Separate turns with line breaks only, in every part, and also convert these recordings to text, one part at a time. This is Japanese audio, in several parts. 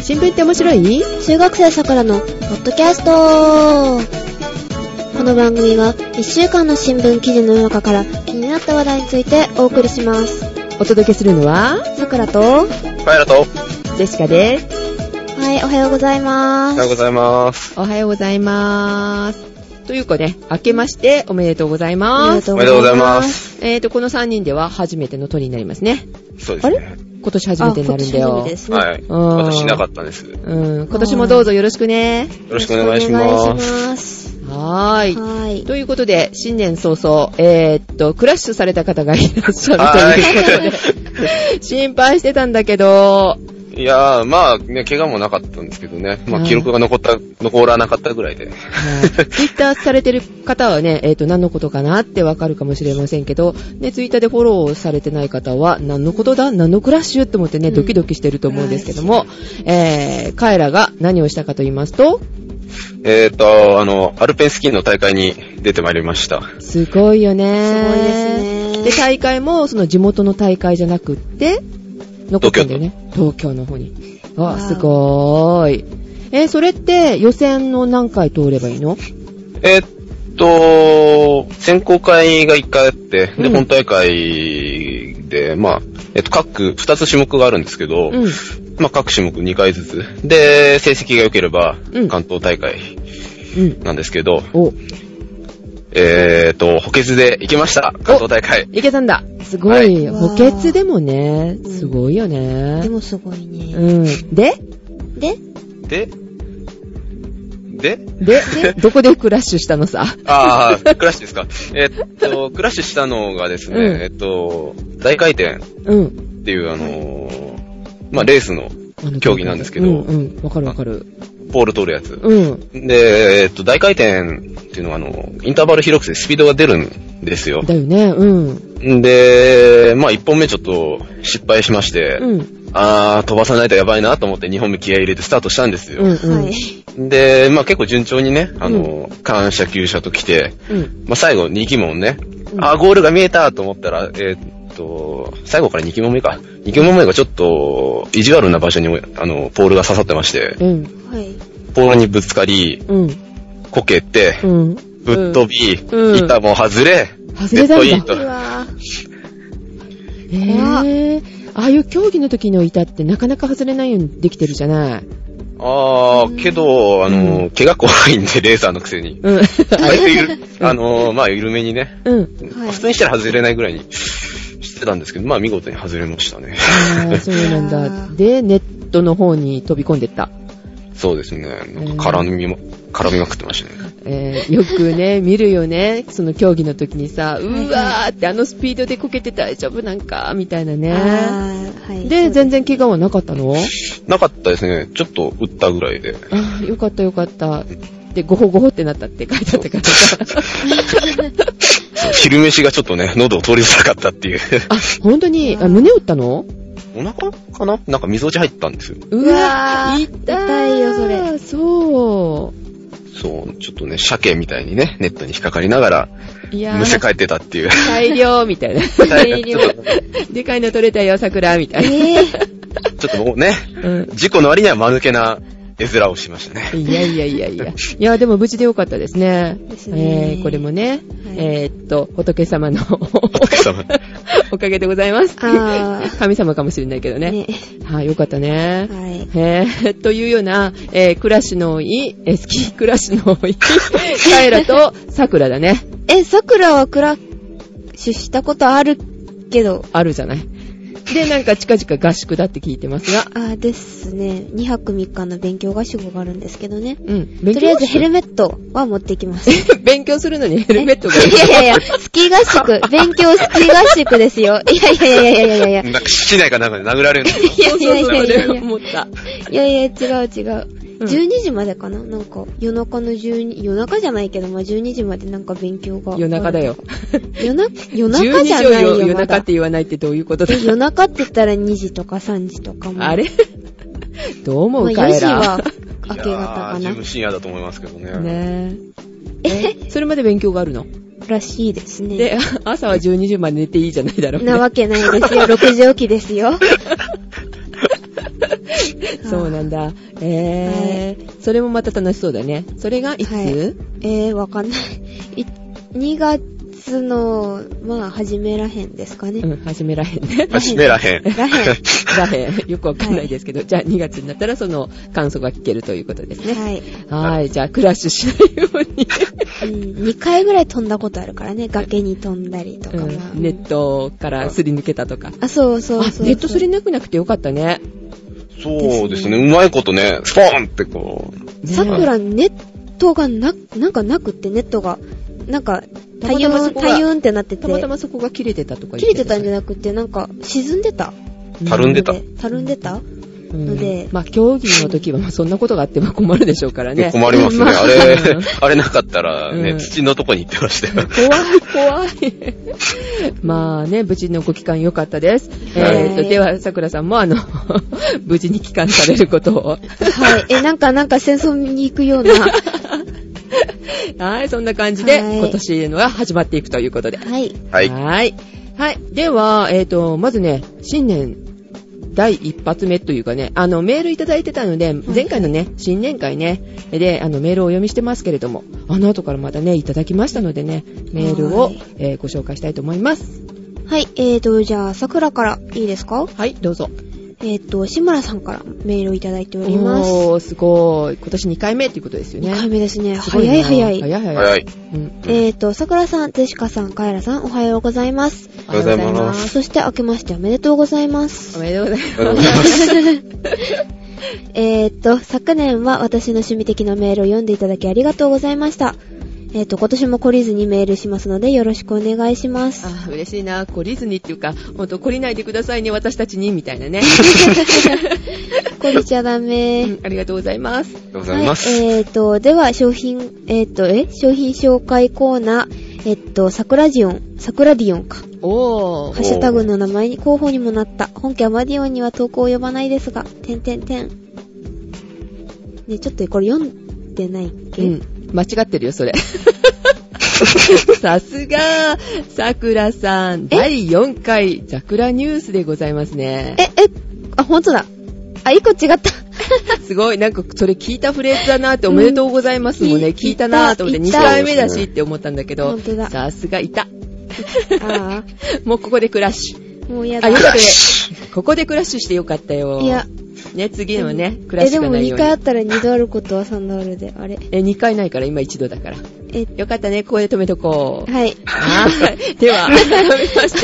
新聞って面白い
中学生さくらのポッドキャストこの番組は1週間の新聞記事の中から気になった話題についてお送りします
お届けするのは、
さくらとは
パイラと、
ジェシカです。
いおはようござい
お
ま
はよう
す
ございます。
おはようございます。というかね、明けましておめでとうございます。
おめでとうございます。
えーと、この3人では初めての鳥になりますね。
そうですね。
今年初めてになるんだ
あ今年初め
よ
てで。すね
はい。
ん
私なかったんです。よ
うん、今年もどうぞよろしくね。
ろしくお願いします。
す
はーい。
はい
ということで、新年早々、えーっと、クラッシュされた方がいらっしゃるということで、心配してたんだけど、
いやー、まあ、ね、怪我もなかったんですけどね。ま
う
あ、
ん
記録が残った、残らなかったぐらい で。
ツイッターされてる方はね、えーっと、何のことかなってわかるかもしれませんけど、ね、ツイッターでフォローされてない方は、何のことだ何のクラッシュって思ってね、
うん
ドキドキしてると思うんですけども、えー、彼らが何をしたかと言いますと、
えーと、あの、アルペンスキーの大会に出てまいりました。
すごいよね。
すごいですね
で、大会も、その地元の大会じゃなくって、残ったんだよね。東京の方に。
わ
わ
あ
あ、すごーい。えーそれって予選の何回通ればいいの
えーと、選考会が1回あって、
う
で、
ん
本大会で、まあ、えっと、各、2つ種目があるんですけど、
うん。
まあ、各種目2回ずつ。で、成績が良ければ
うん、
関東大会
うん。
なんですけど、
お、
えーと、補欠で行きました。関東大会。
いけたんだ。すご。
はいい
補欠でもね、
うん
すごいよね
で。もすごいね、
うん。で
で
で、で、
で どこでクラッシュしたのさ。
あ あ、クラッシュですか。えっと、クラッシュしたのがですね、
うん
えっと、大回転っ
うん。
ていうあのーまあ、レースの
あの
競技なんですけど
うんうん。わかるわかる。
ポール通るやつ。
うん。
で、えっと、大回転っていうのはあの、インターバル広くてスピードが出るんですよ。
だよね。うん。
で、まあ、1本目ちょっと失敗しまして、
うん。
あー、飛ばさないとやばいなと思って2本目気合い入れてスタートしたんです
うん。う
よ。
ん
はい。
で、まあ、結構順調にね、あの、感謝急車と来て、
うん。
まあ、最後2旗門ね。
うん
あー、ゴールが見えたと思ったら、えーっと、最後から2旗門目か。2旗門目がちょっと、意地悪な場所に、あの、ポールが刺さってまして、
うん。
はい
ポールにぶつかり、
うん。
こけて、
うん。
ぶっ飛び、
うんうん
板も外れ、
外れたんだ
デッド
う
インと。
わー
へえ。ああいう競技の時の板ってなかなか外れないようにできてるじゃない。
あー、けど、あの、怪我怖いんで、レーサーのくせ に。
うん。
割と ゆるあの、まあ、緩めにね、
うん。
はい
普通にしたら外れないぐらいにしてたんですけど、まあ見事に外れました ね。
あーそうなんだ。で、ネットの方に飛び込んでった。
そうですね。なんか絡みも、絡みまくってましたね。
えー、よくね、見るよね。その競技の時にさ、うわーってあのスピードでこけて大丈夫なんか、みたいなね。
あーはい
で、全然怪我はなかったの
なかったですね。ちょっと打ったぐらいで。
あーよかったよかった。で、ごほごほってなったって書いてあったからさ。
そう昼飯がちょっとね、喉を通りづらかったっていう。
あ、本当に、あ胸打ったの
お腹かななんか溝落ち入ったんですよ。
うわ
わ
ー
ー
痛い
痛いよそれ。
そ
そう、ちょっとね、鮭みたいにね、ネットに引っかかりながら、
う。いや
むせ
ー、
返ってたっていう。
大量みたいな。
大量
ちょっと
でかいの取れたよ、桜、みたいな。
えー
ちょっともうね、
うん
事故の割には間抜けな絵面をしましたね。
いやいやいやいや。いや、でも無事でよかったですね。
ですね
えー、これもね、えーっと、仏様 の
仏 様。
おかげでございます。
あー
神様かもしれないけどね。
ね
はい、よかったね。
はい
へえ、というような、えー、クラッシュの多い、えー、スキークラッシュの 多い、カエラと桜だね。
え、桜はクラッシュしたことあるけど、
あるじゃない。で、なんか近々合宿だって聞いてますが。
あですね、2泊3日の勉強合宿があるんですけどね。
うん。
と
勉
りあえ
強
ずヘルメットは持ってきます。 い
勉強するのにヘルメットがいる
やいやいや、スキー合 宿、勉強スキー合宿ですよ。いやいやいやいやいやいやいや。
なんか、市内かなんかで殴られる の。
いやいやいやいや
そうそうそう
い
そ
や
れ思った。
いやいや、違う違う。
うん
12時までかななんか、夜中の12、夜中じゃないけど、まあ12時までなんか勉強が。
夜中だよ。。
夜な、夜
12
中じ
時
ゃ
を
ないよ。
夜夜
まだ
中って言わないってどういうことだ
え夜中って言ったら2時とか3時とかも。
あれ どう思
まあ
うカ
4
エ
時は
ラ。
明け方か
いやー
な
十。分深夜だだと思いますけどね。
ねえ。えそれまで勉強があるの
らしいですね。
で、朝は12時まで寝ていいじゃないだろう
な
ね。
わけな いですよ。6時起きですよ。
そうなんだ。えーそれもまた楽しそうだね。それがいつ、
はいえー、わかんない。い2月の、まあ、初めらへんですかね。
うん、始めらへんね。
始めらへん。
らへん。
らへん。よくわかんないですけど、じゃあ2月になったらその感想が聞けるということですね。
はい。
はい、じゃあクラッシュしないように。
うん、2回ぐらい飛んだことあるからね。崖に飛んだりとか
う
も。
ん、ネットからすり抜けたとか。
あ、そうそうそうそ
あ、
う。
ネットすり抜けなくてよかったね。
そうですね。うまいことね、スポーンってこ
ね
さくら、ネットがな、なんかなくって、ネットが、なんか、
たま
大
たま
運、
そこが
大運ってなってて
た、またまそこが切れてたとか
切れてたんじゃ
な
なくて、なんか、沈んでた。
い
たるんでた
のたるんでたの
の
で
で。まあ、競技の時はまあそんなことがあっては困るでしょうから
う、
ね。
困りますね。
うん
あ
う
れ
ん、
あれなかったら
う
ね、
ん
土のとこに行ってましたよ。
怖い、怖 い。まあね、無事のご帰還良かったです。えーと、では、さくらさんもあの、 無事に帰還されることを。
はい。え、なんか、なんか戦争に行くよ うな。は
はい、そんな感じで、
はい
今年のが始まっていくということで。
い。
はい。
はい。はい。では、えっ、と、まずね、新年第一発目というかね、あの、メールいただいてたので、前回のね、新年会ね、で、あの、メールをお読みしてますけれども、あの後からまたね、いただきましたのでね、メール
は
を
い、
えーご紹介したいと思います。
はい。えーと、じゃあ、桜からいいですか
はい、どうぞ。
えーと、志村さんからメールをいただいております。
おー、すごい。今年2回目ということですよね。
2回目ですね。
すごな
早い早い。
早い早い。
早い。
うん
えーと、桜さん、ゼシカさん、カエラさん、おはようございます。
おはようございま
おは
す
ようございま
あ
す。
そして、明けましておめでとうございま
お
す。
めでとうござい
ありがとう
ま
ございます
えーと、昨年は私の趣味的なメールを読んでいただきありがとうございました。えーと、今年も懲りずにメールしますので、よろしくお願いします。
す。あー嬉しいな。懲りずにっていうか、ほんと懲りないでくださいね、私たちに、みたいなね。
懲りちゃダメ。
うんありがとうございます。
ありがとうございます。
はい、えーと、では、商品、えーと、え商品紹介コーナー、えっと、桜ジオン、桜ディオンか。
お
ハ
ー。
ッシュタグの名前に候補にもなった。本家はマディオンには投稿を呼ばないですが、てんてんてん。ね、ちょっとこれ読んでないっけ、
うん。間違ってるよ、 それ。さすが、さくらさん、
え
第4回、ザクラニュースでございますね。
え、え、あ、ほんとだ。あ、一個 違った。
すごい、なんか、それ聞いたフレーズだなって、おめでとうございますもんね。
うん
聞いたなと思って、
聞い
2
た
回目だしって思ったんだけど
本当だ、
さすが、いた。
あ
もうここでクラッシュ。
あ、もうやだ
あ、。よかったね。ここでクラッシュしてよかったよ。
いや、
ね、次のね、クラッ
え、
シ
で
ュが
も
ない
2
ように。
回あったら2度あることは3度あるで、あれ。
え、2回ないから、今1度だから。
え、
よかったね、ここで止めとこう。
はい。
はい。では、改めまし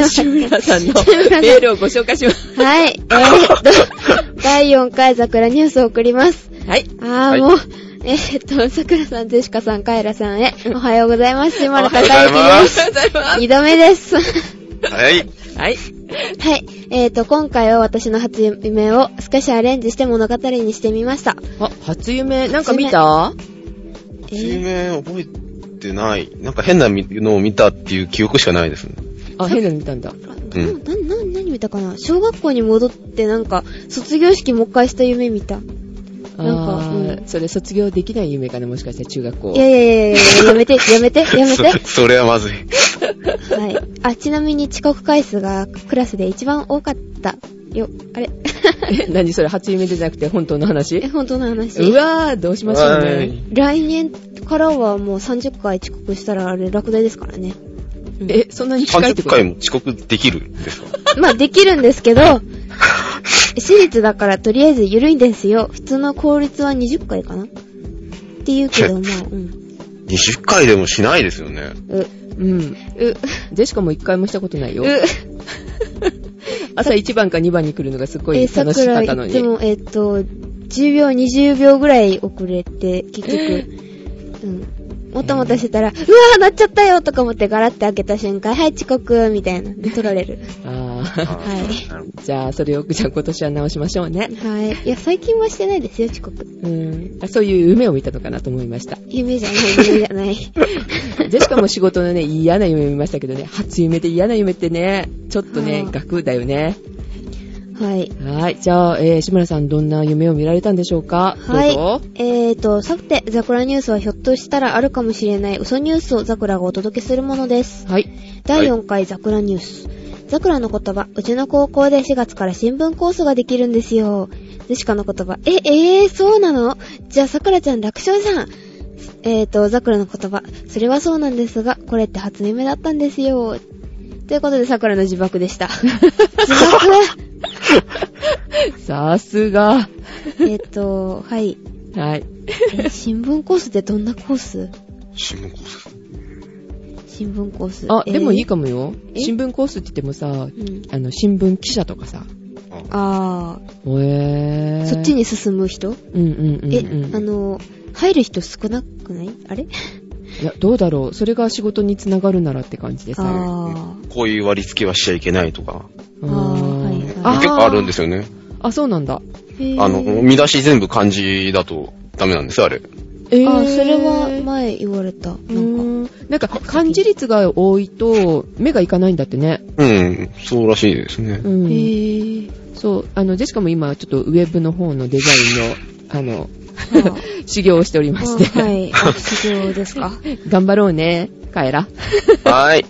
て、志村さんのメールをご紹介します。
はい、えー、っと、第4回桜ニュースを送ります。
はい。
あー、
はい
もう、えー、っと、桜さん、ジェシカさん、カエラさんへ、おはようございます。島
おは
田
よ
孝
う
ございます
之です。
ありがとうござい
2度目です。
はい。
ます。はい。
はい。えー、と、今回は私の初夢を少しアレンジして物語にしてみました。
あ、初夢、なんか見た
水面覚えてない。なんか変なのを見たっていう記憶しかないですね。
あ、変なの見たんだ。
あな、な、な、何見たかな小学校に戻ってなんか、卒業式もう一回した夢見た。い
あ
なんかう
ーそれ卒業できない夢かな、もしかして中学校。
やいやいやいやいや、やめて、やめて、やめて。
そそれはまずい。
はい。あ、ちなみに遅刻回数がクラスで一番多かった。よ、あれ
え何それ、初夢じゃなくて本当の
え、
話
本当の話。
うわー、どうしましょう
は
ね
い。
来年からはもう30回遅刻したらあれ落第ですからね。
え、そんなに近いって
30
こと
回も遅刻できるんですか
まあできるんですけど、私立だからとりあえず緩いんですよ。普通の効率は20回かなっていうけども、うん。
20回でもしないですよね。
う、う、
うん。
う、
ジェシカも一回もしたことないよ。朝1番か2番に来るのがすご
え、
い楽し
桜
か
い
ったの
つ
に。
も、えっ、と、10秒、20秒ぐらい遅れ て、結局、うん。もたもたしてたら、うわー、なっちゃったよとか思ってガラって開けた瞬間、はい、遅刻みたいな。取られる。
あ
あ
ー
はい
ーなるほ
じゃあ、それを、じゃあ今年は直しましょうね。
はい。いや、最近はしてないですよ、遅刻。
うん、あそういう夢を見たのかなと思いま した。
夢じゃない、夢じゃない。
で、しかも仕事のね、嫌な夢見ましたけどね、初夢で嫌な夢ってね、ちょっとね
は、あ
楽だよね。
はい。
はい。じゃあ、えー、志村さんどんな夢を見られたんでしょうか
はい
どうぞ。。
えーと、さて、ザクラニュースはひょっとしたらあるかもしれない嘘ニュースをザクラがお届けするものです。
はい。
第4回ザクラニュース。ザクラの言葉、うちの高校で4月から新聞コースができるんですよ。ジェシカの言葉、え、えー、そうなのじゃあさくらちゃん楽勝じゃん。えーと、ザクラの言葉、それはそうなんですが、これって初夢だったんですよ。ということで、さくらの自爆で した。自爆
さすが。
えっと、はい。
はい。
え新聞コースってどんなコース
新聞コース。
新聞コース。
あ、
えー
でもいいかもよ。
え
新聞コースって言ってもさ、
うん。
あの、新聞記者とかさ。
あ
へ
ー、
ー。
そっちに進む人、
うんうんうんうん。
え、あの、入る人少なくないあれ
いや、どうだろう。それが仕事につながるならって感じで
あ
さ。
ー。
こういう割り付けはしちゃいけないとか、
うー
あーはい
ん。
はい
結構あるんですすよね。
あ、そうなんだ。
へー
あの、見出し全部漢字だとダメなんですよ、あれ。
えー
あー、それは前言われた。なんか。
なんか、なんか漢字率が多いと、目がいかないんだってね。
うん、そうらしいですね
う。
へ
ん。
ぇー。
そう、あの、ジェシカも今、ちょっとウェブの方のデザインの、あの、
あー
修行をしておりま して、
あはい。あ、卒業ですか。
頑張ろうね、カエラ。
はーい。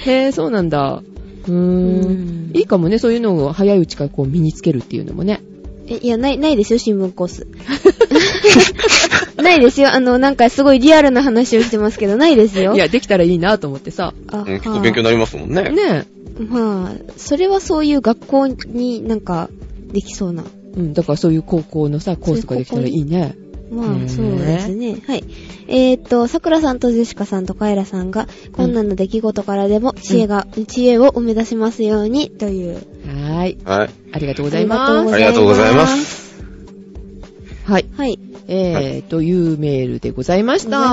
へえ、そうなんだ。うー。
うん
いいかもね、そういうのを早いうちからこう身につけるっていうのもね。
えいや、ない、ないですよ、新聞コース。ないですよ。あの、なんかすごいリアルな話をしてますけど、ないですよ。
いや、できたらいいなと思ってさ。
あ、
うん結構勉強になりますもんね。
ね
まあ、それはそういう学校になんかできそうな。
え。うん、だからそういう高校のさ、コースができたらいいね。
ま
ね
あ、そうですね。はい。えーっと、桜さんとジェシカさんとカエラさんが、困難な出来事からでも知恵が、知恵を生み出しますように、という。
はーい。
はい。
ありがとうございます。
ありがとうございます。
はい。
はい。
えー、というメールでございました。
ござい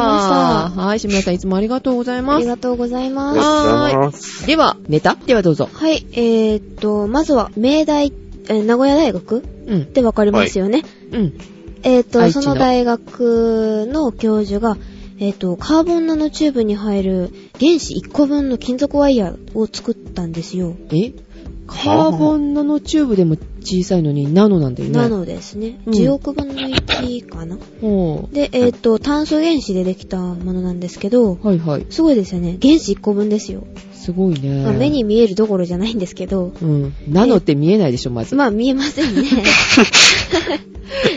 ま
はい、志村さんいつもありがとうござい
あ
ま
り
す。
がとうござい
あ
ま
り
す
が。
はーい
とうございます。
では、ネタではどうぞ。
はい。えーっと、まずは、明大、えー名古屋大学
うん
っ。てわかりますよね。
うん。
えっ、と、
愛知
そ
の
の大学の教授が、えっ、と、カーボンナノチューブに入る原子1個分の金属ワイヤーを作ったんですよ。
えカーボンナノチューブでも小さいのにナノなんだよね。
なのですね。
うん
10億分の1かな。
ほ
で、えっ、と、炭素原子でできたものなんですけど、
う。はいはい。
すごいですよね。原子1個分ですよ。
すごいね。
まあ、目に見えるどころじゃないんですけど、
うん。ナノって見えないでしょ、まず。
まあ見えませんね。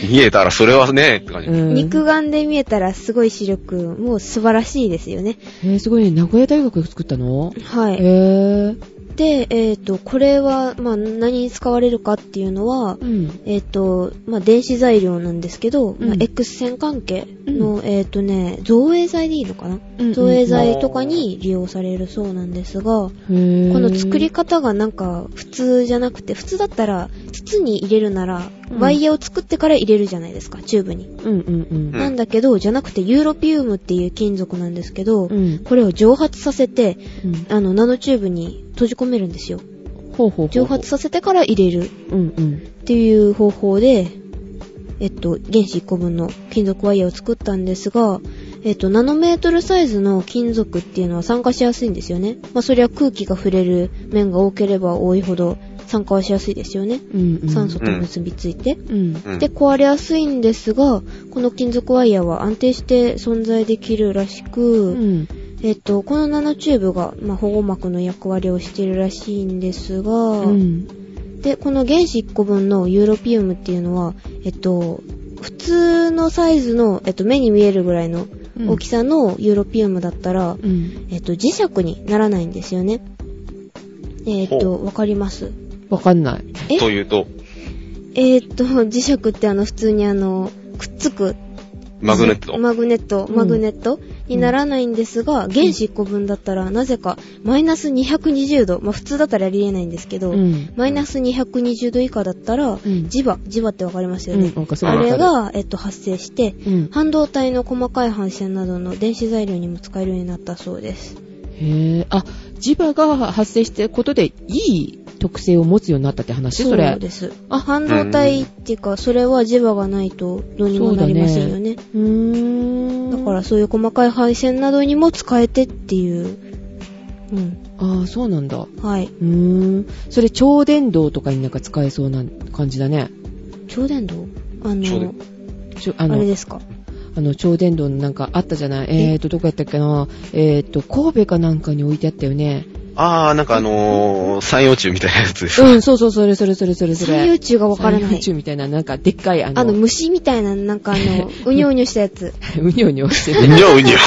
見えたらそれはね、って感じ。
うん
肉眼で見えたらすごい視力、もう素晴らしいですよね。
えー、すごいね。名古屋大学が作ったの
はい。
へぇ
で、えっ、と、これは、まあ、何に使われるかっていうのは、
うん。
えっ、と、まあ、電子材料なんですけど、
ん
まあ、X 線関係の、えっ、とね、造影剤でいいのかな、
うんうん
造影剤とかに利用されるそうなんですが、
へぇ
この作り方がなんか普通じゃなくて、普通だったら筒に入れるなら、
うん
ワイヤーを作ってから入れるじゃないですか、チューブに。
うんうん
なんだけど、じゃなくてユーロピウムっていう金属なんですけど、
うん。うん。
これを蒸発させて、
うん
あの、ナノチューブに閉じ込めるんですよ。
ほうほうほう。
蒸発。させてから入れるっ
うんうん。
ていう方法で、えっと、原子1個分の金属ワイヤーを作ったんですが、えっと、ナノメートルサイズの金属っていうのは酸化しやすいんですよね。まあ、それは空気が触れる面が多ければ多いほど酸化はしやすいですよね。
うんうん。
酸素と結びついて。
うん。
うん
で、壊れやすいんですが、この金属ワイヤーは安定して存在できるらし
う
く、
ん。
えっと、このナノチューブが、まあ、保護膜の役割をしているらしいんですが、
うん。
で、この原子1個分のユーロピウムっていうのは、えっと、普通のサイズの、えっと、目に見えるぐらいの大き
さ。
さのユーロピウムだったら、
うん。
えっと、磁石にならないんですよね。えっと、わかります
わかんない。
え
というと、
えっと、磁石ってあの、普通にあの、くっつく。
マグネット。
マグネット、
うん
マグネットにならないんですが、原子1個分だったら、なぜか、マイナス220度。まあ、普通だったらありえないんですけど、
うん。
マイナス220度以下だったら、
ん
磁場、磁場ってわかります
う
よね
ん。。なんかすごい
あ
わかる
れ、が、えっと、発生して、
うん。
半導体の細かい反射などの電子材料にも使えるようになったそうです。
へぇあ、磁場が発生してることで、いい特性を持つようになったって話それ。
うです。あ、半導体っていうか、それは磁場がないとどうにもなりませんよね。
うーん。
だから、そういう細かい配線などにも使えてっていう、うん、
ああ、そうなんだ。
はい。
うーん。それ、超電導とかになんか使えそうな感じだね。
超電導あ
超
の
電、
ちょあ
あれ
の、
ですか
あの超電導のなんかあったじゃない。えーと、どこやったっけな。えーと、神戸かなんかに置いてあったよね。
あー、なんかあのー、三葉虫みたいなやつです。
うん、そうそう、それそれそれそれそれ。
三遊中がわから
三
な
遊
い。
虫みたいな、なんかでっかい、あの、
あの、虫みたいな、なんかあ の、うにょうにょしたやつ。
うにょうにょして
う
る。
にょうにょ。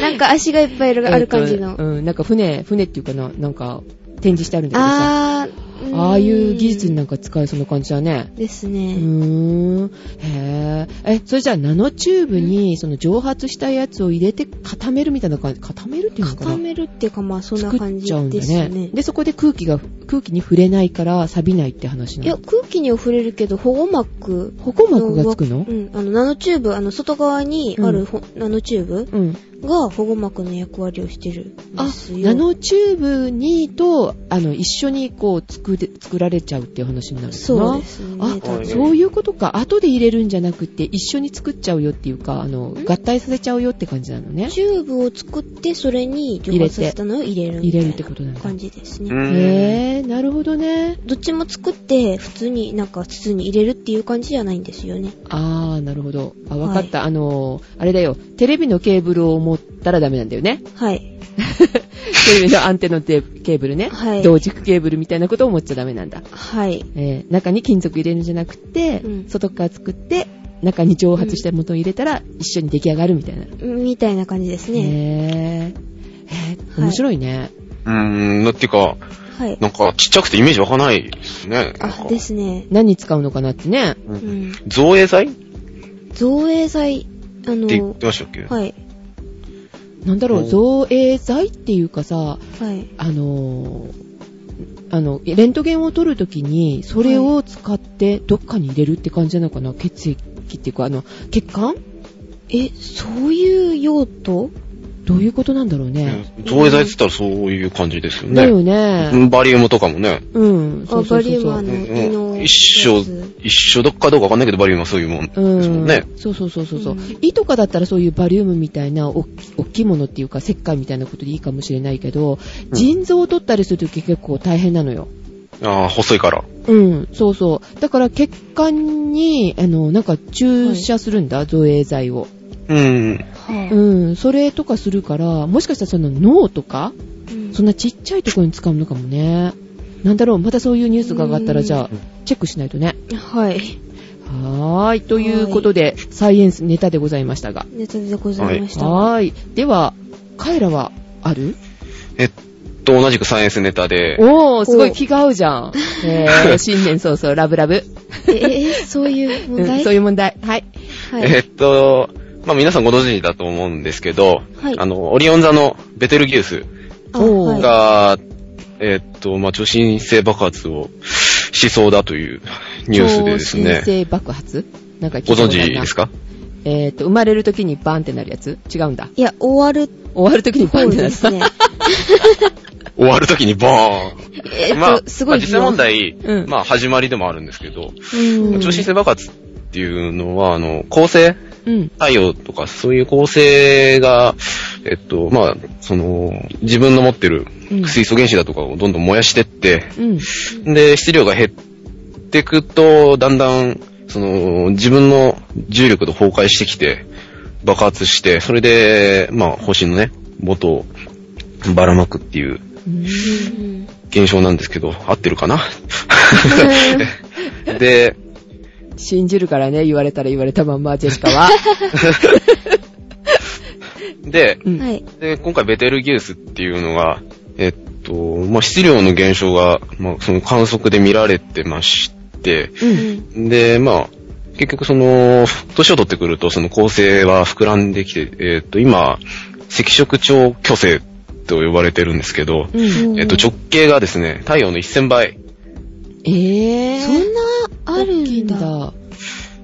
なんか足がいっぱいいるある感じ
えー
の
と。うん、なんか船、船っていうかな、なんか展示してあるんだけどさ。
あーん
ああいう技術になんか使えそうな感じだね。
です
う
ね。
ーん。へえ。え、それじゃあナノチューブにその蒸発したやつを入れて固めるみたいな感じ。固めるっていうのかな
固めるっていうか、まあそんな
作
感
っ
じ
ちゃうんだ
です
ね
ね。
で、そこで空気が、空気に触れないから錆びないって話
い
な
や、
の。
空気には触れるけど、保護膜。
保護膜がつくの
うん、あの、ナノチューブ、あの、外側にあるほ、ナノチューブ
うん。
が保護膜の役割をしてるんで
あ、
すよ。
ナノチューブにと、あの、一緒にこう、作で、作られちゃうっていう話になるのかな
そうですね。
あ
多分
そういうことか。後で入れるんじゃなくて、一緒に作っちゃうよっていうか、あの、合体させちゃうよって感じなのね。
チューブを作って、それに蒸発させたのを入れるみ
入
た
れ
い
る
な
ってことなんだ。
感じです
う
ね。
ん。
へぇー、なるほどね。
どっちも作って、普通になんか筒に入れるっていう感じじゃないんですよね。
あー、なるほど。あ、わかった。あのー、あれだよ。テレビのケーブルを持ったらダメなんだよね。
はい。
テレビのアンテナのテーケーブルね。
はい
同軸ケーブルみたいなことを持っちゃダメなんだ。
はい。
えー、中に金属入れるんじゃなくて、
うん
外から作って、中に蒸発したものを入れたら、一緒に出来上がるみたいな。
みたいな感じですね。
ねえ。へー
はい
面白いね。
うん、だってか、
はい。
なんかちっちゃくてイメージ湧かないですね。なん
あ
か、
ですね。
何に使うのかなってね。
う
うんん。
造影剤っ
造影剤、あ
て言っ
の、
てましたっけ
はい。
なんだろ
お
う、造影剤っていうかさ、
はい。
あのーあの、レントゲンを取るときに、それを使ってどっかに入れるって感じなのかな、血液っていうか、あの、血管
え、そういう用途
どういうことなんだろうね。
うん造影剤って言ったらそういう感じですよ
だよ
ね。
ね。
バリウムとかもね。
うん。そ
あ、
うそ
バ
うそ
リ
う
ウムあ
そう。
の、
うん
胃のやつ。
一緒一緒どっかどうかわかんないけど、バリウムはそういうもんです
う
も
ん
んね。
そうそうそうそうそう、
うん
胃とかだったらそういうバリウムみたいなおっき大きいものっていうか石灰みたいなことでいいかもしれないけど、
うん
腎臓を取ったりするとき結構大変なのよ。
ああ、細いから。
うん、そうそう。だから血管に、あの、なんか注射するんだ、造影剤を。
うん。
う
は
ん、それとかするから、もしかしたらその脳とか、
ぁ。うん
そんなちっちゃいところに使うのかもね。なんだろう、またそういうニュースが上がったら、
うん
じゃあ、チェックしないとね。
はい。
はーい、ということで、サイエンスネタでございましたが。
ネタでございました。
はーい。では、カエラはある
えっと、同じくサイエンスネタで、
おー、すごい気が合うじゃん。え ー、新年早々、ラブラブ。
え、え、そういう
う
問
ん、
題
そういう問題。はい。
は
えっ
い。
と、まあ、皆さんご存知だと思うんですけど、
はい
あの、オリオン座のベテルギウス
あ
おー
はい
が、えっと、まあ、超新星爆発をしそうだというニュースでです
超新
ね、
星爆発なんか
ご存知です
か
か
えっ、と、生まれるときにバンってなるやつ違うんだ。
いや、終わる
終わるときにバン
方
ってな
で
る。
すね。
終わるときにボーン
えっ
まあ
と、すごい
まあ実際問題、
うん
まあ、始まりでもあるんですけど、
うん
まあ超新星爆発っていうのは、あの、恒星
うん。
太陽とかそういう構成が、えっと、まあ、その、自分の持ってる
うん
水素原子だとかをどんどん燃やしてって、
うん。
で、質量が減ってくと、だんだん、その、自分の重力で崩壊してきて、爆発して、それで、まあ、星のね、元をばらまくっていう
うん
現象なんですけど、合ってるかな で、
信じるからね、言われたら言われたまんま、ジェシカ は。
で、
うん
はい。
で、今回ベテルギウスっていうのが、えっと、まあ、質量の減少が、まあ、その観測で見られてまして、
うん。
で、まあ、結局その、年を取ってくると、その構成は膨らんできて、えっと、今、赤色超巨星と呼ばれてるんですけど、
うん。
えっと、直径がですね、太陽の1000倍。
えー。
そんな、ある
大きい
ん
ん
だ。
だ。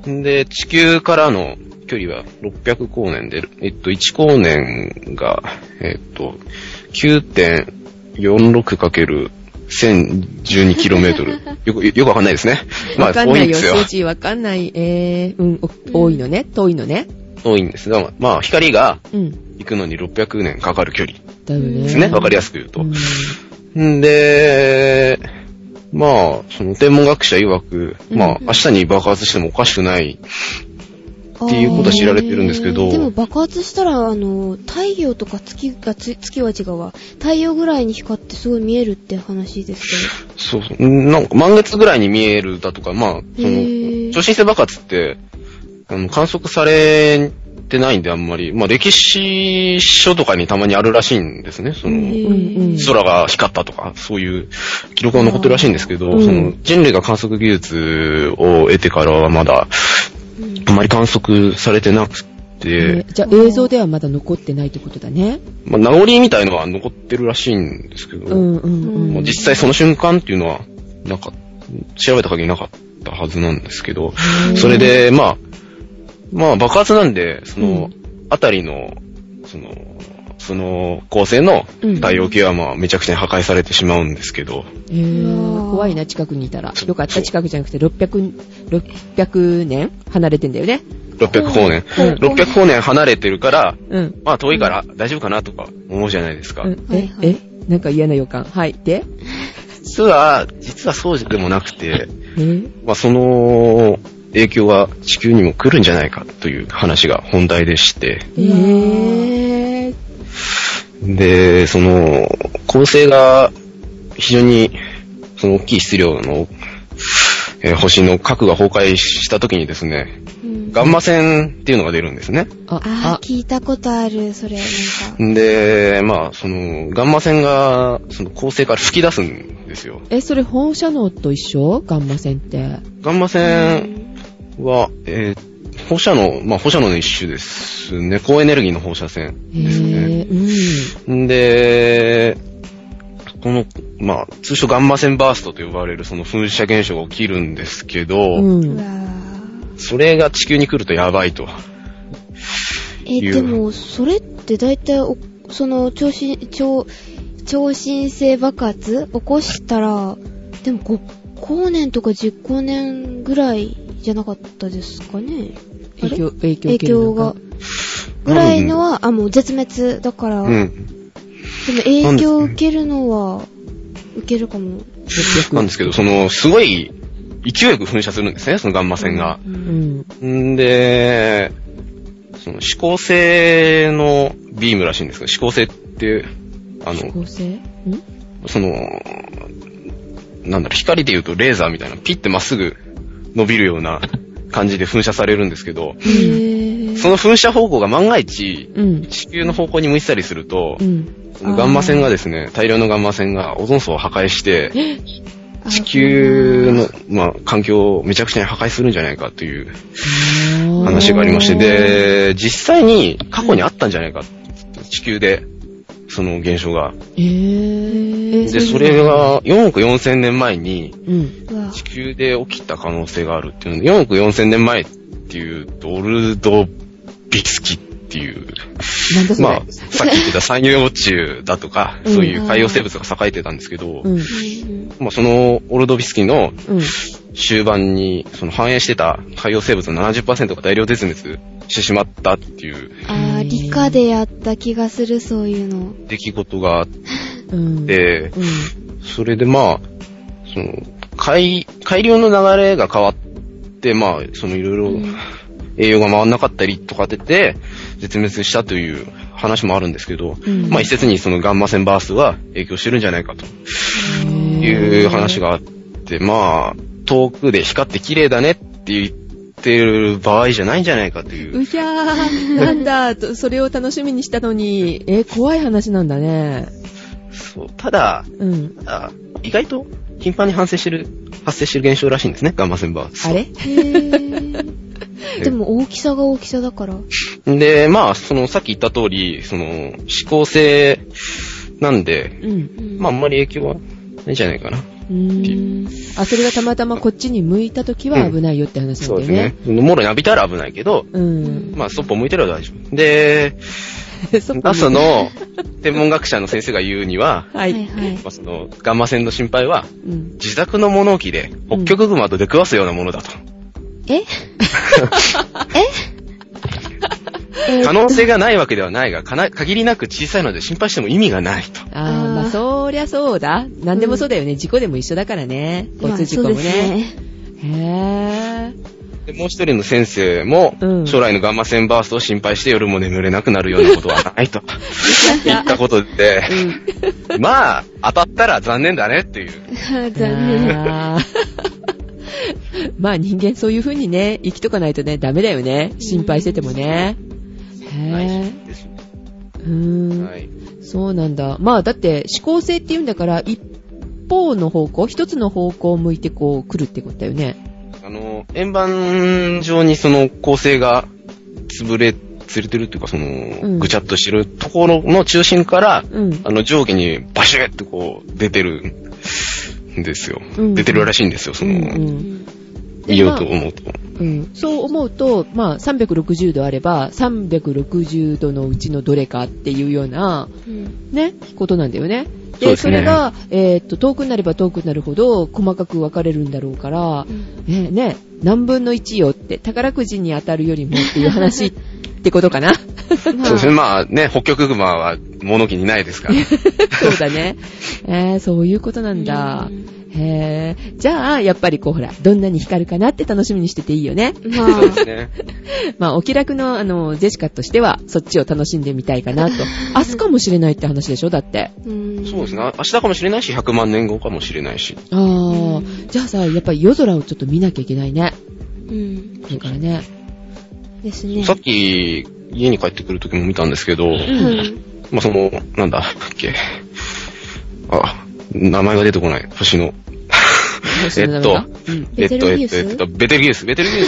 で、地球からの距離は600光年で、えっと、1光年が、えっと、9.46×1012km。よく、 よくわかんないですね。まあ、
わかん
多
ない
ん
い
で
よ、
すよ。
数字わかんない。えー、うん、お多いのね、遠いのね。
多いんですが、まあ、光が
うん。
行くのに600年かかる距離。
だよね。
ですね。わかりやすく言うと
う。ん
んで、まあ、その天文学者曰く、まあ、明日に爆発してもおかしくない。っていうことは知られてるんですけど
あーでも爆発したら、あの、太陽とか月がつ、月は違うわ。太陽ぐらいに光ってすごい見えるって話ですけ
そうそう。んなんか満月ぐらいに見えるだとか、まあ、そ
へ
の、
ー
超新星爆発って、あの、観測されてないんであんまり、まあ歴史書とかにたまにあるらしいんですね、そ
ど。
の、
へー
うんうん
空が光ったとか、そういう記録が残ってるらしいんですけど、
うん
その人類が観測技術を得てからはまだ、
うん
あまり観測されてなく
ね
て、
じゃあ映像ではまだ残ってないってことだね。
まあ、名残みたいのは残ってるらしいんですけど、
うんうんう。
もうん実際その瞬間っていうのは、なんか、調べた限りなかったはずなんですけど、それで、まあ、まあ爆発なんで、その、あたりの、その、その構成の
うん
太陽系はまあめちゃくちゃに破壊されてしまうんですけど、
えー怖いな、近くにいたら。よかった、近くじゃなくて600、600年離れてんだよね。
600光年。
うん
600光年離れてるから、
うん。
まあ遠いから大丈夫かなとか思うじゃないですか。
うん
は
え、
いはい
え、なんか嫌な予感。はい。で、
実は、実はそうでもなくて、
えー
まあ、その影響は地球にも来るんじゃないかという話が本題でして、
えー、
で、その、構成が非常に、その大きい質量の、えー星の核が崩壊した時にですね、
うん
ガンマ線っていうのが出るんですね。
あ、
あ
あ
ー、、聞いたことある、それ、なんか。
で、まあ、その、ガンマ線が、その構成から吹き出すんですよ。
え、それ放射能と一緒ガンマ線って。
ガンマ線は、えー放射能、まあ、放射能の一種ですね。高エネルギーの放射線。
えー、うん。
んで、この、まあ、通称ガンマ線バーストと呼ばれるその噴射現象が起きるんですけど、
うん
うわー
それが地球に来るとやばいと。
え、
いう
でも、それって大体、おその、超新、超、超新星爆発起こしたら、でも5光年とか10光年ぐらいじゃなかったですかね。あれ
影響、影響
影
受ける
響
の
が
か。。
ぐらいのは、あ、もう絶滅だから、
う
でも
ん。
影響を受けるのは、受けるかも。
なんですけど、その、すごい、勢いよく噴射するんですね、そのガンマ線が。
う。ん。
んで、その、指向性のビームらしいんですけど、指向性って、あ
指
の、
向性ん
その、なんだろう、光で言うとレーザーみたいな、ピッてまっすぐ伸びるような感じで噴射されるんですけど、
へぇ
その噴射方向が万が一、
うん。
地球の方向に向いてたりすると
う、ん。
そのガンマ線がですね、大量のガンマ線がオゾン層を破壊して、地球の、まあ、環境をめちゃくちゃに破壊するんじゃないかという話がありまして、で、実際に過去にあったんじゃないか、地球で、その現象が。
えー、え
で、それ、が4億4千年前に
うん。
うわ
地球で起きた可能性があるっていうので、4億4千年前っていうドルドビスキっていう、
なんだそれ。
まあ、さっき言ってた三遊幼虫だとか、
うん
そういう海洋生物が栄えてたんですけど、
うん。
うん
まあ、そのオルドビスキの
うん。
終盤に、その繁栄してた海洋生物の70%が大量絶滅してしまったっていう
あー、理科でやった気がする、そういうの。
出来事があっ
うん。
て、
うん。
それでまあ、その、海、海流の流れが変わって、まあ、そのいろいろ栄養が回んなかったりとか出て、絶滅したという話もあるんですけど、
うん
まあ一説にそのガンマ線バースは影響してるんじゃないかという話があって、まあ、遠くで光って綺麗だねって言ってる場合じゃないんじゃないかという
う。ひゃー、なんだ、とそれを楽しみにしたのに、え、怖い話なんだね。
そうただ、
うん。
ただ意外と頻繁に発生してる、発生してる現象らしいんですね、ガンマ線バース。
あれ
へーでも大きさが大きさだから。
で、まあ、その、さっき言った通り、その、指向性なんで、
うん。
まあ、あんまり影響はないんじゃないかな。
うーん。あ、それがたまたまこっちに向いたときは危ないよって話なんだよね。
そうですね。もろに浴びたら危ないけど、
うん。
まあ、そっぽ向いてれば大丈夫。で、
そっか
朝の 天文学者の先生が言うには、
はい。
はいはい。
まあ、その、ガンマ線の心配は、
うん。
自宅の物置で、北極熊と 出 くわすようなものだと。
えええー
可能性がないわけではないが、かな限りなく小さいので心配しても意味がないと。
ああー、まあ、そりゃそうだ。なんでもそうだよね。事故でも一緒だからね。
ま
交
あ
通事
そ
故
う
も
です
ね。
ね。
へー。
でもう一人の先生も
う、ん
将来のガンマ線バーストを心配して夜も眠れなくなるようなことはな いと言ったことで、まあ、当たったら残念だねっていう。
残念。
あー まあ人間そういう風にね、生きとかないとね、ダメだよね。心配しててもね。
はい
へぇ
ですね
うーん、
はい
そうなんだ。まあだって、思考性って言うんだから、一方の方向、一つの方向を向いてこう、来るってことだよね。
あの、円盤上にその構成が潰れ、つれてるっていうか、そ
うん
の、ぐちゃっとしてるところの中心から、
うん。
あの、上下にバシューってこう、出てるんですよ。
うん
出てるらしいんですよ、その、
うんうんで
言おうと思うと。
うん、そう思うと、まあ、360度あれば、360度のうちのどれかっていうような、
うん
ね、ことなんだよね。で、そ
そうですね
れが、えーっと、遠くになれば遠くになるほど、細かく分かれるんだろうから、ね、ね、何分の1よって、宝くじに当たるよりもっていう話ってこと かな。
ま
そうですね。
あ
まあね、北極熊は物置にないですから。
そうだね。えー、そういうことなんだ
う。
へー。じゃあ、やっぱりこう、ほら、どんなに光るかなって楽しみにしてていいよね。
ま
そうですね。
まあ、お気楽の、あの、ジェシカとしては、そっちを楽しんでみたいか なと。明日かもしれないって話でしょだって。
うん
そうですね。明日かもしれないし、100万年後かもしれないし。
ああ、じゃあさ、やっぱり夜空をちょっと見なきゃいけないね。
うん。
これからね。
ですね。
さっき、家に帰ってくる時も見たんですけど、
うん。
まあ、その、なんだっけ。あ、名前が出てこない。星の。 えっと、
うん。
ベ
えっと、
テ
えっと
ルギ
え
ウ
っ
ス
と、えっと、ベテルギウス、ベテルギウ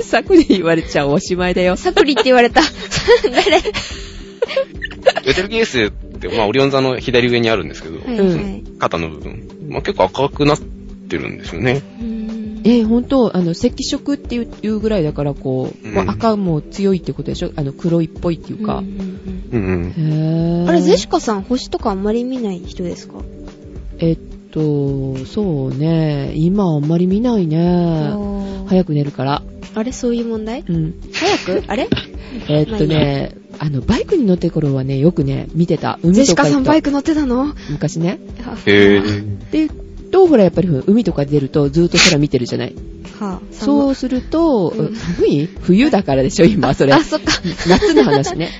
ス。
サクに言われちゃおしまいだよ。
サプリって言わ れた。誰
ベテルギウスって、まあ、オリオン座の左上にあるんですけど、
はいはい。
肩の部分。まあ、結構赤くなってるんですよね。
うん
えー、ほんと、あの、赤色っていういうぐらいだから、こう、
うん
こう赤も強いってことでしょあの、黒いっぽいっていうか。
うんうん
うんうん。
へー
うんあれ、ゼシカさん星とかあんまり見ない人ですか
えっと、そうね。今あんまり見ないね。
早
早く寝るから。
あれ、そういう問題
うん。
早くあれ
えーっとね、あの、バイクに乗ってる頃はね、よくね、見てた。
ゼ
海
シ
とか
カさ
行
ん
く
バイ
と。
ク乗ってたの
昔ね。
へ
は
ぇ
で、と、ほら、やっぱり海とか出るとずっと空見てるじゃない。
あ、
そうすると、
うん
寒い冬だからでしょ、今、それ
あ、。そっか。
夏の話 ね。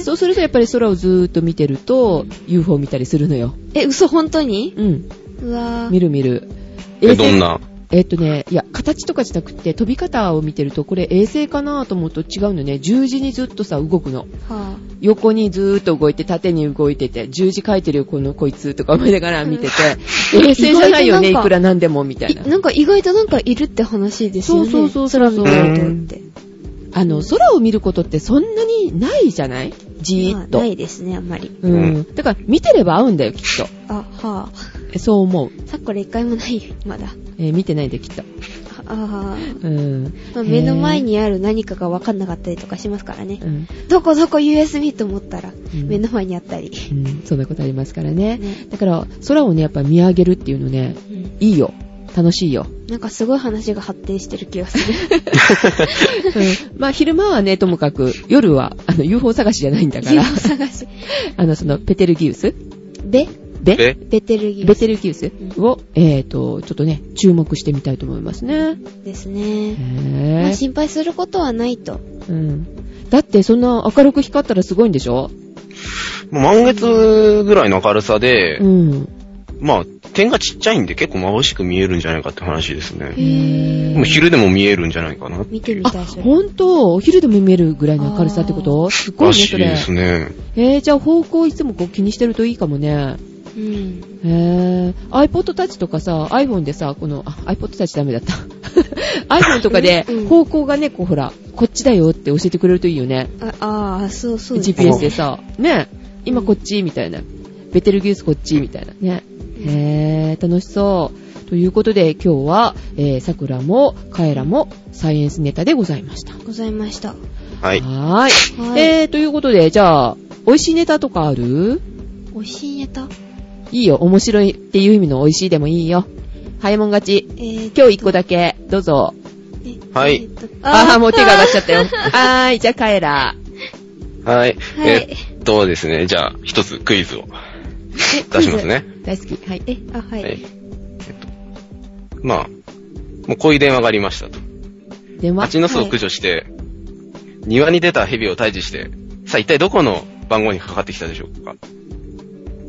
そうすると、やっぱり空をずーっと見てると、UFO 見たりするのよ。
え、嘘、本当に
うん。
うわ
見
ぁ。
る見る。
え、
衛
どん
星
な
えーっとね、いや、形とかじゃなくて、飛び方を見てると、これ衛星かなと思うと違うのね。十字にずっとさ、動くの。
は
横にずーっと動いて、縦に動いてて、十字書いてるよ、このこいつとか思いながら見てて、
うん
衛星じゃないよね、
意
い
外となんか
くらなんでも、みた
ぁ
い
い
な。
なんか意外となんかいるって話ですよね。
そうそうそう
空見たことって。
あの、空を見ることってそんなにないじゃないじーっ
まあ
と
な。いですね、あんまり。
うん。だから、見てれば合うんだよ、きっと
あ、はぁ。
え。そう思う。
さっきから一回もないよ、まだ。
えー見てないんで、きっと。
ああ、
うん。
まあ、目の前
に。
にある何かが分かんなかったりとかしますからね
う。ん。
どこどこ USB と思ったら、
ん
目の前にあったり。
うんそんなことありますからね。
ね
だから、空をね、やっぱ見上げるっていうのね、いいよ。楽しいよ。
なんかすごい話が発展してる気がする。
うん。まあ、昼間はね、ともかく、夜は、あの、UFO 探しじゃないんだか
自
ら、
分探し。
あの、その、ペテルギウス
ベ
で、
え
ベテルギウ
ベ
ス
テルギウスを、えーと、ちょっとね、注目してみたいと思いますね。
です
へ
ね。まあ、
ぇ
心配することはないと。
うん。だって、そんな明るく光ったらすごいんでしょ
満月ぐらいの明るさで
う、ん。
まあ、点がちっちゃいんで結構眩しく見えるんじゃないかって話です
へ
ね。
ー
もう昼でも見えるんじゃないかな。
見てみ
あ
たい、そ、れ。
ほんと、お昼でも見えるぐらいの明るさってことすごい
ら
ね、
し
そ
い
れ
で。すね。
えー、じゃあ方向いつもこう気にしてるといいかもね。
うん。
へぇ iPod タッチとかさ、iPhone でさ、この、あ、iPod タッチダメだった。iPhone とかで
うん
方向がね、こうほら、こっちだよって教えてくれるといいよね。
ああー、そうそうですね。
GPS でさ、ね、今こっちみたいな、ベテルギウスこっちみたいなね。へー、楽しそう。ということで今日は、えー、桜もカエラもサイエンスネタでございました。
ございました。
はい。
はーい。
はい
えー、ということで、じゃあ、美味しいネタとかある
美味しいネタ
いいよ、面白いっていう意味の美味しいでもいいよ。早いもん勝ち。
えー、
今日一個だけ、どうぞ。
え
はい
えっと
あー、もう手が上がっちゃったよ。 はーい、じゃあ帰ら。
はい。
はい
えっとですね、じゃあ、一つクイズを出しますね。
大好き。はい。
え、あ、は
はい
い。。
えっとまあ、もうこういう電話がありましたと。
電話
蜂の巣を駆除して、庭に出た蛇を退治して、さあ一体どこの番号にかかってきたでしょうか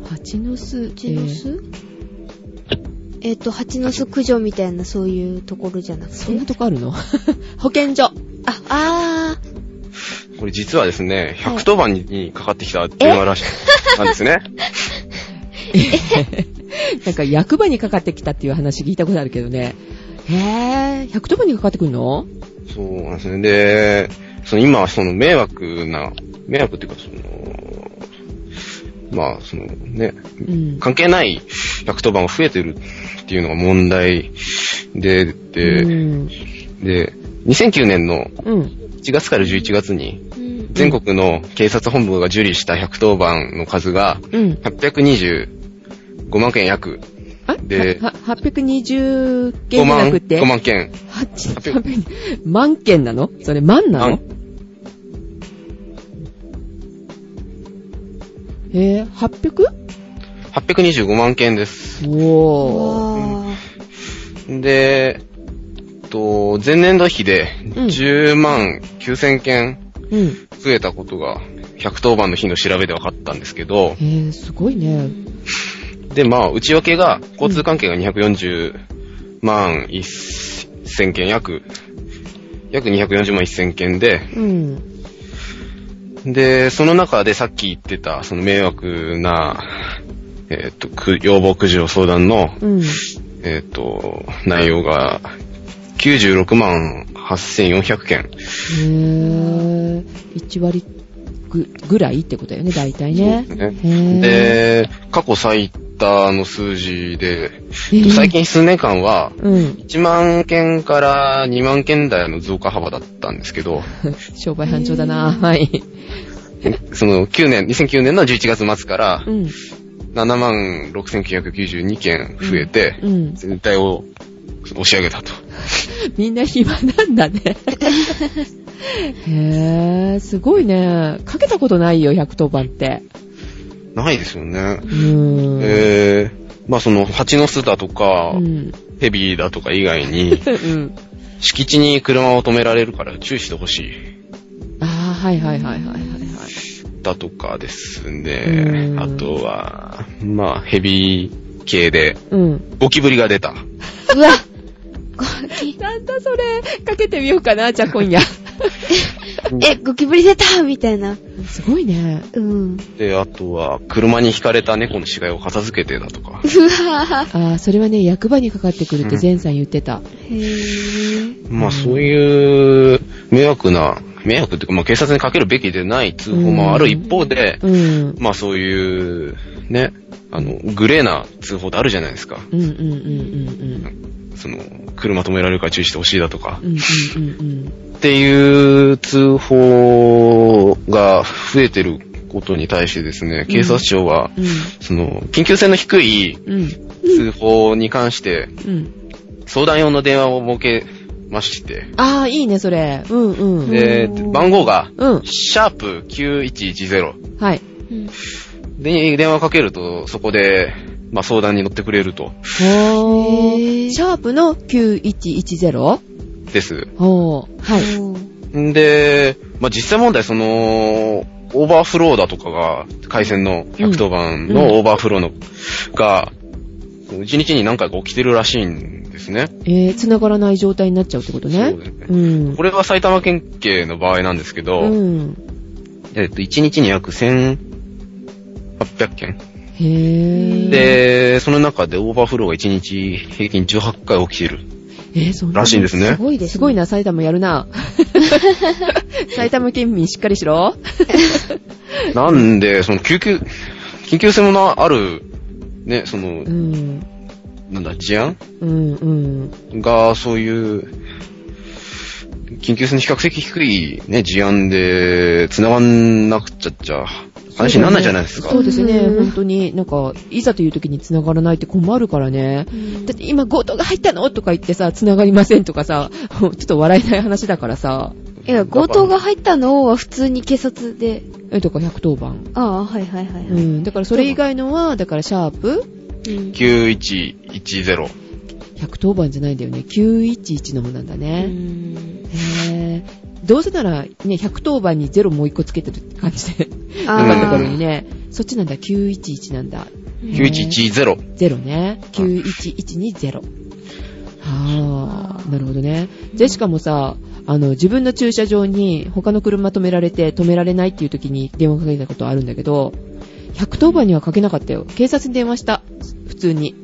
蜂の巣。
蜂の巣えっと、蜂の巣駆除みたいな、そういうところじゃなくて。
そんなとこあるの 保健所。
あ、あー。
これ実はですね、
はい
110番にかかってきた電話らしい、なんですね。
なんか役場にかかってきたっていう話聞いたことあるけどね。へぇー、110番にかかってくるの
そうなんですね。で、その今はその迷惑な、迷惑っていうかその、まあそのね、
うん。
関係ない110番が増えてるっていうのが問題で、で、
うん。
で、2009年の
うん。
1月から11月に、
うん。
全国の警察本部が受理した110番の数が、
うん。
825万件約、
あ
で
はは820件じ
5
ゃ
万、
なくて、
5万件。
8 800万件なのそれ万な
あ
のえー、800?
825万件です。
おー。
わ
で、えっと、前年度比で
うん
10万9000件
うん。
増えたことが、110番の日の調べで分かったんですけど、
えー、すごいね。
で、まあ、内訳が、交通関係が240万1000件、約、約240万1000件で、
うん。
で、その中でさっき言ってた、その迷惑な、えっ、と、く要望苦情相談の、
うん。
えっ、と、内容が、96万8400件。
へぇー、1割ぐぐらいってことだよね、大体ね。
ね、で、過去最多の数字で、
えー
最近数年間は、
うん。
1万件から2万件台の増加幅だったんですけど、
商売繁盛だな、はい。
その9年、2009年の11月末から
う、ん。
7万6992件増えて、
うん。
全体を押し上げたと。
みんな暇なんだね。へぇー、すごいね。かけたことないよ、110番って。
ないですよね
う。ーん。
えー、まあその、蜂の巣だとか、
うん。、
ヘビだとか以外に
うん。
敷地に車を止められるから注意してほしい。
あー、はいはいはいはいはいはい。
だとかです
う
ね。
ん
あとは、まあ、ヘビ系で、
うん。
ゴキブリが出た。
ー。うわ。
なんだそれ、かけてみようかな、じゃあ今夜。
え、ゴキブリ出たみたいな。
すごいね。
うん。
で、あとは、車に惹かれた猫の死骸を片付けてだとか。
うわ
あー、それはね、役場にかかってくるって前さん言ってた。
へぇ
まあ、そういう、迷惑な、迷惑っていうか、まあ、警察にかけるべきでない通報もある一方で、
うん。
まあそういう、ね、あの、グレーな通報ってあるじゃないですか。
うんうんうんうんうん。
その、車止められるから注意してほしいだとか
う。んうんうん
っていう通報が増えてることに対してですね、警察庁は、
うん。
その、緊急性の低い
うん。
通報に関して、
うん。
相談用の電話を設けまして、
ああ、いいね、それ。うんうん。
で、
うん
番号が、
うん。
シャープ9110
はい。
ー。
で、電話かけると、そこで、まあ相談に乗ってくれると、
ほ
へ
ー。
ー
シャープの 9110?
です。
ほー。はい。
い。
んで、まあ、実際問題、その、オーバーフローだとかが、回線の110番
うん
のオーバーフローの、が、1日に何回か起きてるらしいんですね。
えー、繋がらない状態になっちゃうってことね。
そうですね
うん。
これは埼玉県警の場合なんですけど、
うん。
えっと、1日に約1800件。
へー。
で、その中でオーバーフローが1日平均18回起きてる。
えー、そんなの
らしいんですね
すごいです。すごいな、埼玉やるな。埼玉県民しっかりしろ。
なんで、その救急、緊急性もな、ある、ね、その
う、ん。
なんだ、事案
うんうん。
が、そういう、緊急性の比較的低いね、事案で、繋がんなくっちゃっちゃ、話にならないじゃないですか。
そうですね、
うん
本当に、なんか、いざという時に繋がらないって困るからね。だって今強盗が入ったのとか言ってさ、繋がりませんとかさ、 ちょっと笑えない話だからさ、
いや、強盗が入ったのは普通に警察で。
えとか110番。
ああ、はいはいはい、
う
はい
ん、だからそれ以外のは、だからシャープ、
うん
9110。
110番じゃないんだよね。911の方なんだ
う
ね。
ん
へーどうせなら、ね、110番に0もう1個つけてるって感じで、
あ
な
あ
んかところにね、そっちなんだ、911なんだ。
うん
9110。
ゼロね。91120。はあ、なるほどね。で、しかもさ、あの、自分の駐車場に他の車止められて止められないっていう時に電話かけたことあるんだけど、110番にはかけなかったよ。警察に電話した。普通に。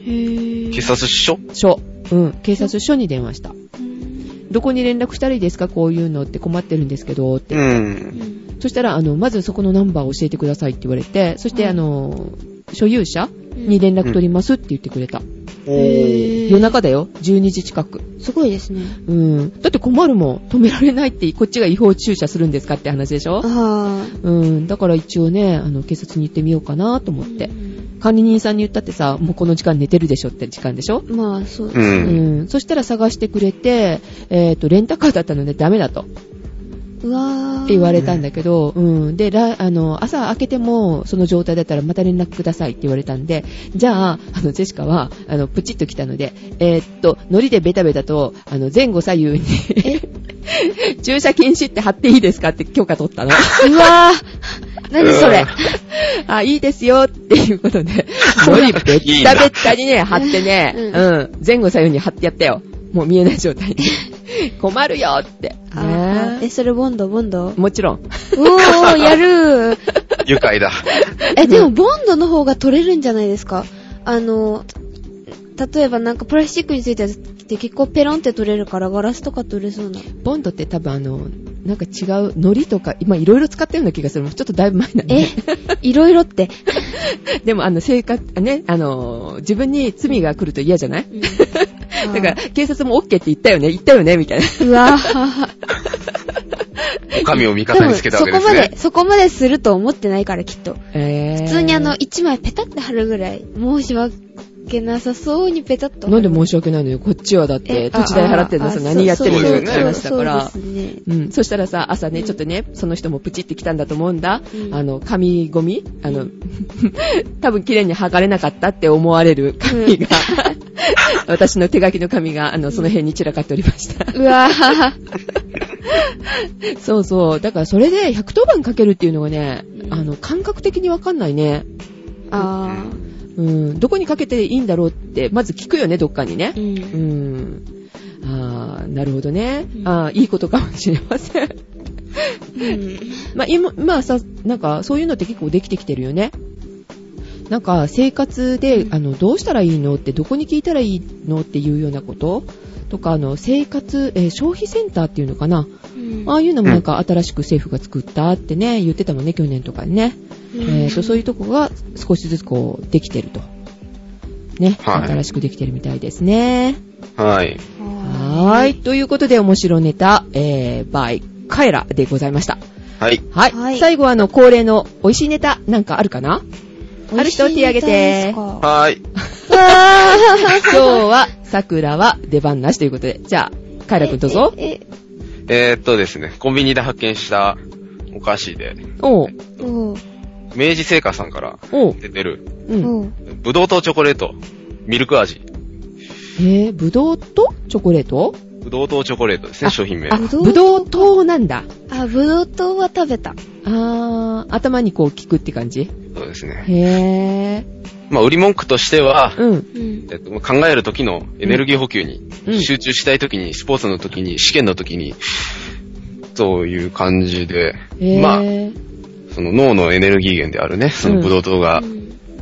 へぇ
警察署
署。うん。警察署に電話した。どこに連絡したらいいですかこういうのって困ってるんですけど、って。
うん。
そしたら、あの、まずそこのナンバーを教えてくださいって言われて、そして、
うん
あの、所有者に連絡取りますって言ってくれた。
おー。
夜中だよ。12時近く。
すごいですね。
うん。だって困るもん。止められないって、こっちが違法駐車するんですかって話でしょ
あ
うん。だから一応ね、あの、警察に行ってみようかなと
あ。
思って。管理人さんに言ったってさ、もうこの時間寝てるでしょって時間でしょ
まあ、そう
う。
です
うんん。そしたら探してくれて、えっ、と、レンタカーだったのでダメだと。
うわー。
って言われたんだけど、うん。で、らあの、朝開けても、その状態だったらまた連絡くださいって言われたんで、じゃあ、あの、ジェシカは、あの、プチッと来たので、えーっと、ノリでベタベタと、あの、前後左右に、 駐車禁止って貼っていいですかって許可取ったの。
うわー。何それ。
あ、いいですよっていうことで、ノリベッタベッタにね、貼ってね、
うん
うん。前後左右に貼ってやったよ。もう見えない状態に。困るよって。
あーえ、
ね
それボンド、ボンド
もちろん。
おー、やるー。
愉快だ。
え、でも、ボンドの方が取れるんじゃないですかあの、例えばなんかプラスチックについてやつって結構ペロンって取れるからガラスとか取れそうな。
ボンドって多分あの、なんか違う、海苔とか、今いろいろ使ったような気がする。ちょっとだいぶ前なん
え
で。、
いろいろって。
でもあの、生活、ね、あの、自分に罪が来ると嫌じゃないだから、警察も OK って言ったよね、言ったよね、みたいな。
うわぁ。
神を味方につけたわけ
で
で
もそこ
す
ま
ね
で、。そこまですると思ってないからきっと。
えー
普通にあの、、一枚ペタって貼るぐらい、申し訳なさそうにペタっと貼
なん
る。
で申し訳ないのよ。こっちはだって、
え
土地代払ってんのさ、
ああ
何やってるの
そう
よっ
そう
て話だから
そ。うですね。
うん、そしたらさ、朝ね、
うん
ちょっとね、その人もプチって来たんだと思うんだ。
うん
あの、紙ゴミあ
う
の、 多分綺麗に剥がれなかったって思われる紙が、 私の手書きの紙が、あの、その辺に散らかっておりました。
うわぁ。
そうそう。だからそれで110番かけるっていうのがね、
うん
あの、感覚的にわかんないね。
あ
うん。どこにかけていいんだろうって、まず聞くよね、どっかにね
ー。。
う。
うん
あー、なるほどね。
うん
あー、いいことかもしれません。
ん。
まあ、今、まあさ、なんか、そういうのって結構できてきてるよね。なんか、生活で、
うん
あの、どうしたらいいのって、どこに聞いたらいいのっていうようなこととか、あの、生活、えー消費センターっていうのかな。
うん
ああいうのもなんか新しく政府が作ったってね、言ってたもんね、去年とかにね。えーと、そういうとこが少しずつこう、できてると。ね、
はい
新しくできてるみたいですね。
はい。
はーい。ということで、面白ネタ、えー、by カエラでございました。
はい。
はい。
はい
最後はあの、恒例の美味しいネタなんかあるかな
美味しい
ある人手挙げて
歌ですか
はーい。
今日は、桜は出番なしということで。じゃあ、カエラくんどうぞ。
え、え
えーっとですね、コンビニで発見したお菓子で、
おう、
えおう、
明治製菓さんから
おう、
出てる、
うん。
おう。
ブドウとチョコレート、ミルク味。
えー、ぶどうとチョコレート
ブドウとチョコレートですね、商品名
あ、
は。
ぶどう
ぶどう糖なんだ。
あ、ぶどう糖は食べた。
あー、頭にこう聞くって感じ
そうですね。
へー。
まあ、売り文句としては、
うん。
うん。
えっと、考える時のエネルギー補給に、
うん
集中したい時に、スポーツの時に、試験の時に、そういう感じで、
へー。
まあ、その脳のエネルギー源であるね、そのブドウ糖が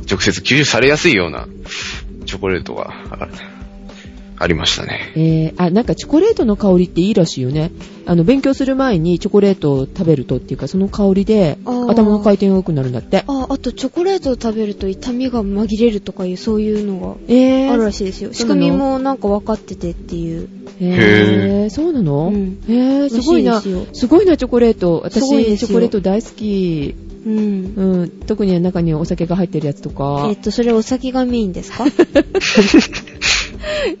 直接吸収されやすいようなチョコレートがあありましたね。
えー、あ、なんかチョコレートの香りっていいらしいよね。あの、勉強する前にチョコレートを食べるとっていうか、その香りで、
あー
頭の回転が良くなるんだって。
あ、あとチョコレートを食べると痛みが紛れるとかいう、そういうの
え
が
ー、
あるらしいですよ。
そ
仕
うなの
組みもなんか分かっててっていう。
へー、そうなの、
うん
へー、すごいな。
らしいですよ
すごいな、チョコレート。私、
すごいです
チ
よ
ョコレート大好き。
ううん。
うん、特に中にお酒が入ってるやつとか
えっ、と、それお酒がメインで すか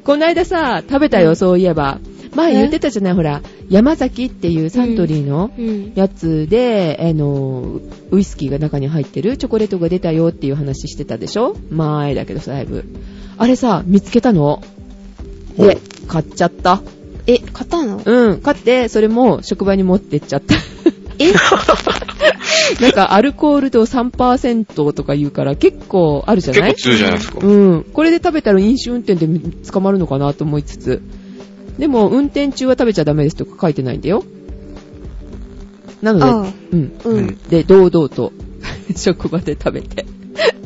この間さ、食べたよ、そういえば。前
え
言ってたじゃない、ほら、山崎っていうサントリーの
うん。
やつで、あの、ウイスキーが中に入ってるチョコレートが出たよっていう話してたでしょ前だけどさ、だいぶ。あれさ、見つけたの。で、買っちゃった。
え、買ったの
うん、買って、それも職場に持ってっちゃった。
え
なんか、アルコール度3%とか言うから、結構あるじゃ
結
ない
構強いじゃないですか。
うん。これで食べたら飲酒運転で捕まるのかなと思いつつ。でも、運転中は食べちゃダメですとか書いてないんだよ。なので、
ああ
うん。
う
うんん。
で、堂々と、 職場で食べて。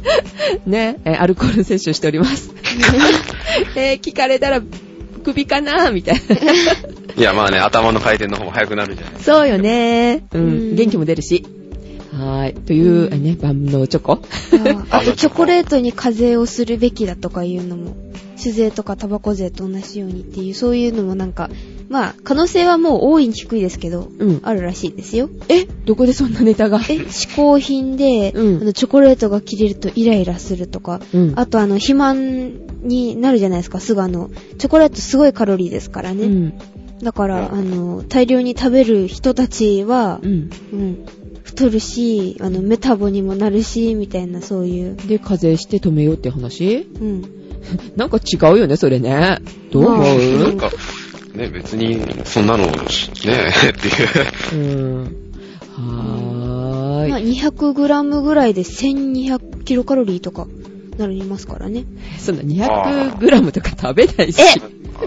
ね、えーアルコール摂取しており ます。えー聞かれたら、首かなみたいな。
いや、まあね、頭の回転の方も速くなるじゃないで す
そうよね。う
うん
ん。元気も出るし。はーい。という、
うん
えーね、万能チョコ。
ああと、チョコレートに課税をするべきだとかいうのも、酒税とかタバコ税と同じようにっていう、そういうのもなんか、まあ、可能性はもう大いに低いですけど、
うん。
あるらしいですよ。
え、どこでそんなネタが
え、嗜好品で、
うん
あのチョコレートが切れるとイライラするとか、
うん
あとあの、肥満になるじゃないですか、すぐあの、チョコレートすごいカロリーですから
う
ね。
ん。
だから、あの、大量に食べる人たちは
う、ん。
うん、太るし、あの、メタボにもなるし、みたいなそういう、
で、課税して止めようって話
うん。
なんか違うよね、それね。どう思
まあ
か。
う
なんか、ね、別に、そんなの、ね、 ってい
う
う。
ん。は
まあ、
ーい。
200g ぐらいで 1200kcal とか、なりますからね。
そんな 200g とか食べないし。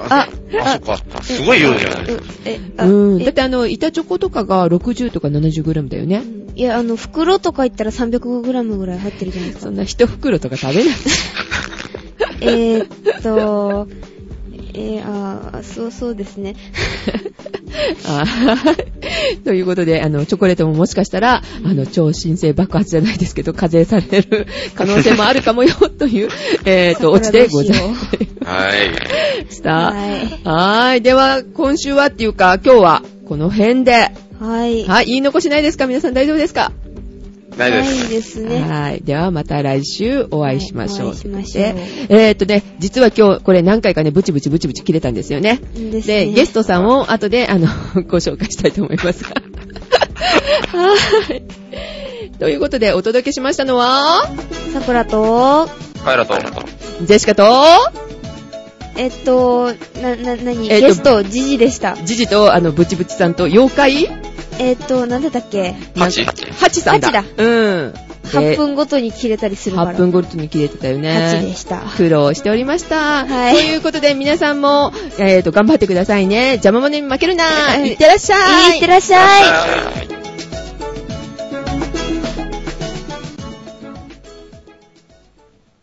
あ
あ、そっか。すごい量じゃないです
う
か。
え、あ、
うん。
え
だってあの、板チョコとかが60とか 70g だよね。
いや、あの、袋とか言ったら 300g ぐらい入ってるじゃないです
そ
か
ん。な一袋とか食べない。
えーっと、えー、あーそうそうですね。
あーということで、あの、チョコレートももしかしたら、あの、超新星爆発じゃないですけど、課税される 可能性もあるかもよ、と いう、えっと、オチでございま
はい。
した。
はい。
はーい。では、今週はっていうか、今日は、この辺で。
はい。
はい。言い残しないですか皆さん大丈夫ですか
ないで
な
す
い。ですね。
はい。では、また来週お会いしましょう。
はいお会いしましょう
で、えーっとね、実は今日、これ何回かね、ブチブチブチブチ切れたんですよね。
ですね
で、ゲストさんを後で、あの、 ご紹介したいと思いますが。はい。 ということで、お届けしましたのは、
さくらと、
カイラと、
ジェシカと、
えっと、な、な、なに、
えっと
ゲスト、ジジでした。
ジジと、あの、ブチブチさんと、妖怪
えっと、なんでだっけ
ハチ
ハチさんだ。
ハチ
うん。
?8 分ごとに切れたりするから。
8分ごとに切れてたよね。
8でした。
苦労しておりました。
はい
ということで、皆さんも、えっ、と、頑張ってくださいね。邪魔者に負けるな。
はい
いってらっしゃい。
いってらっしゃい
はい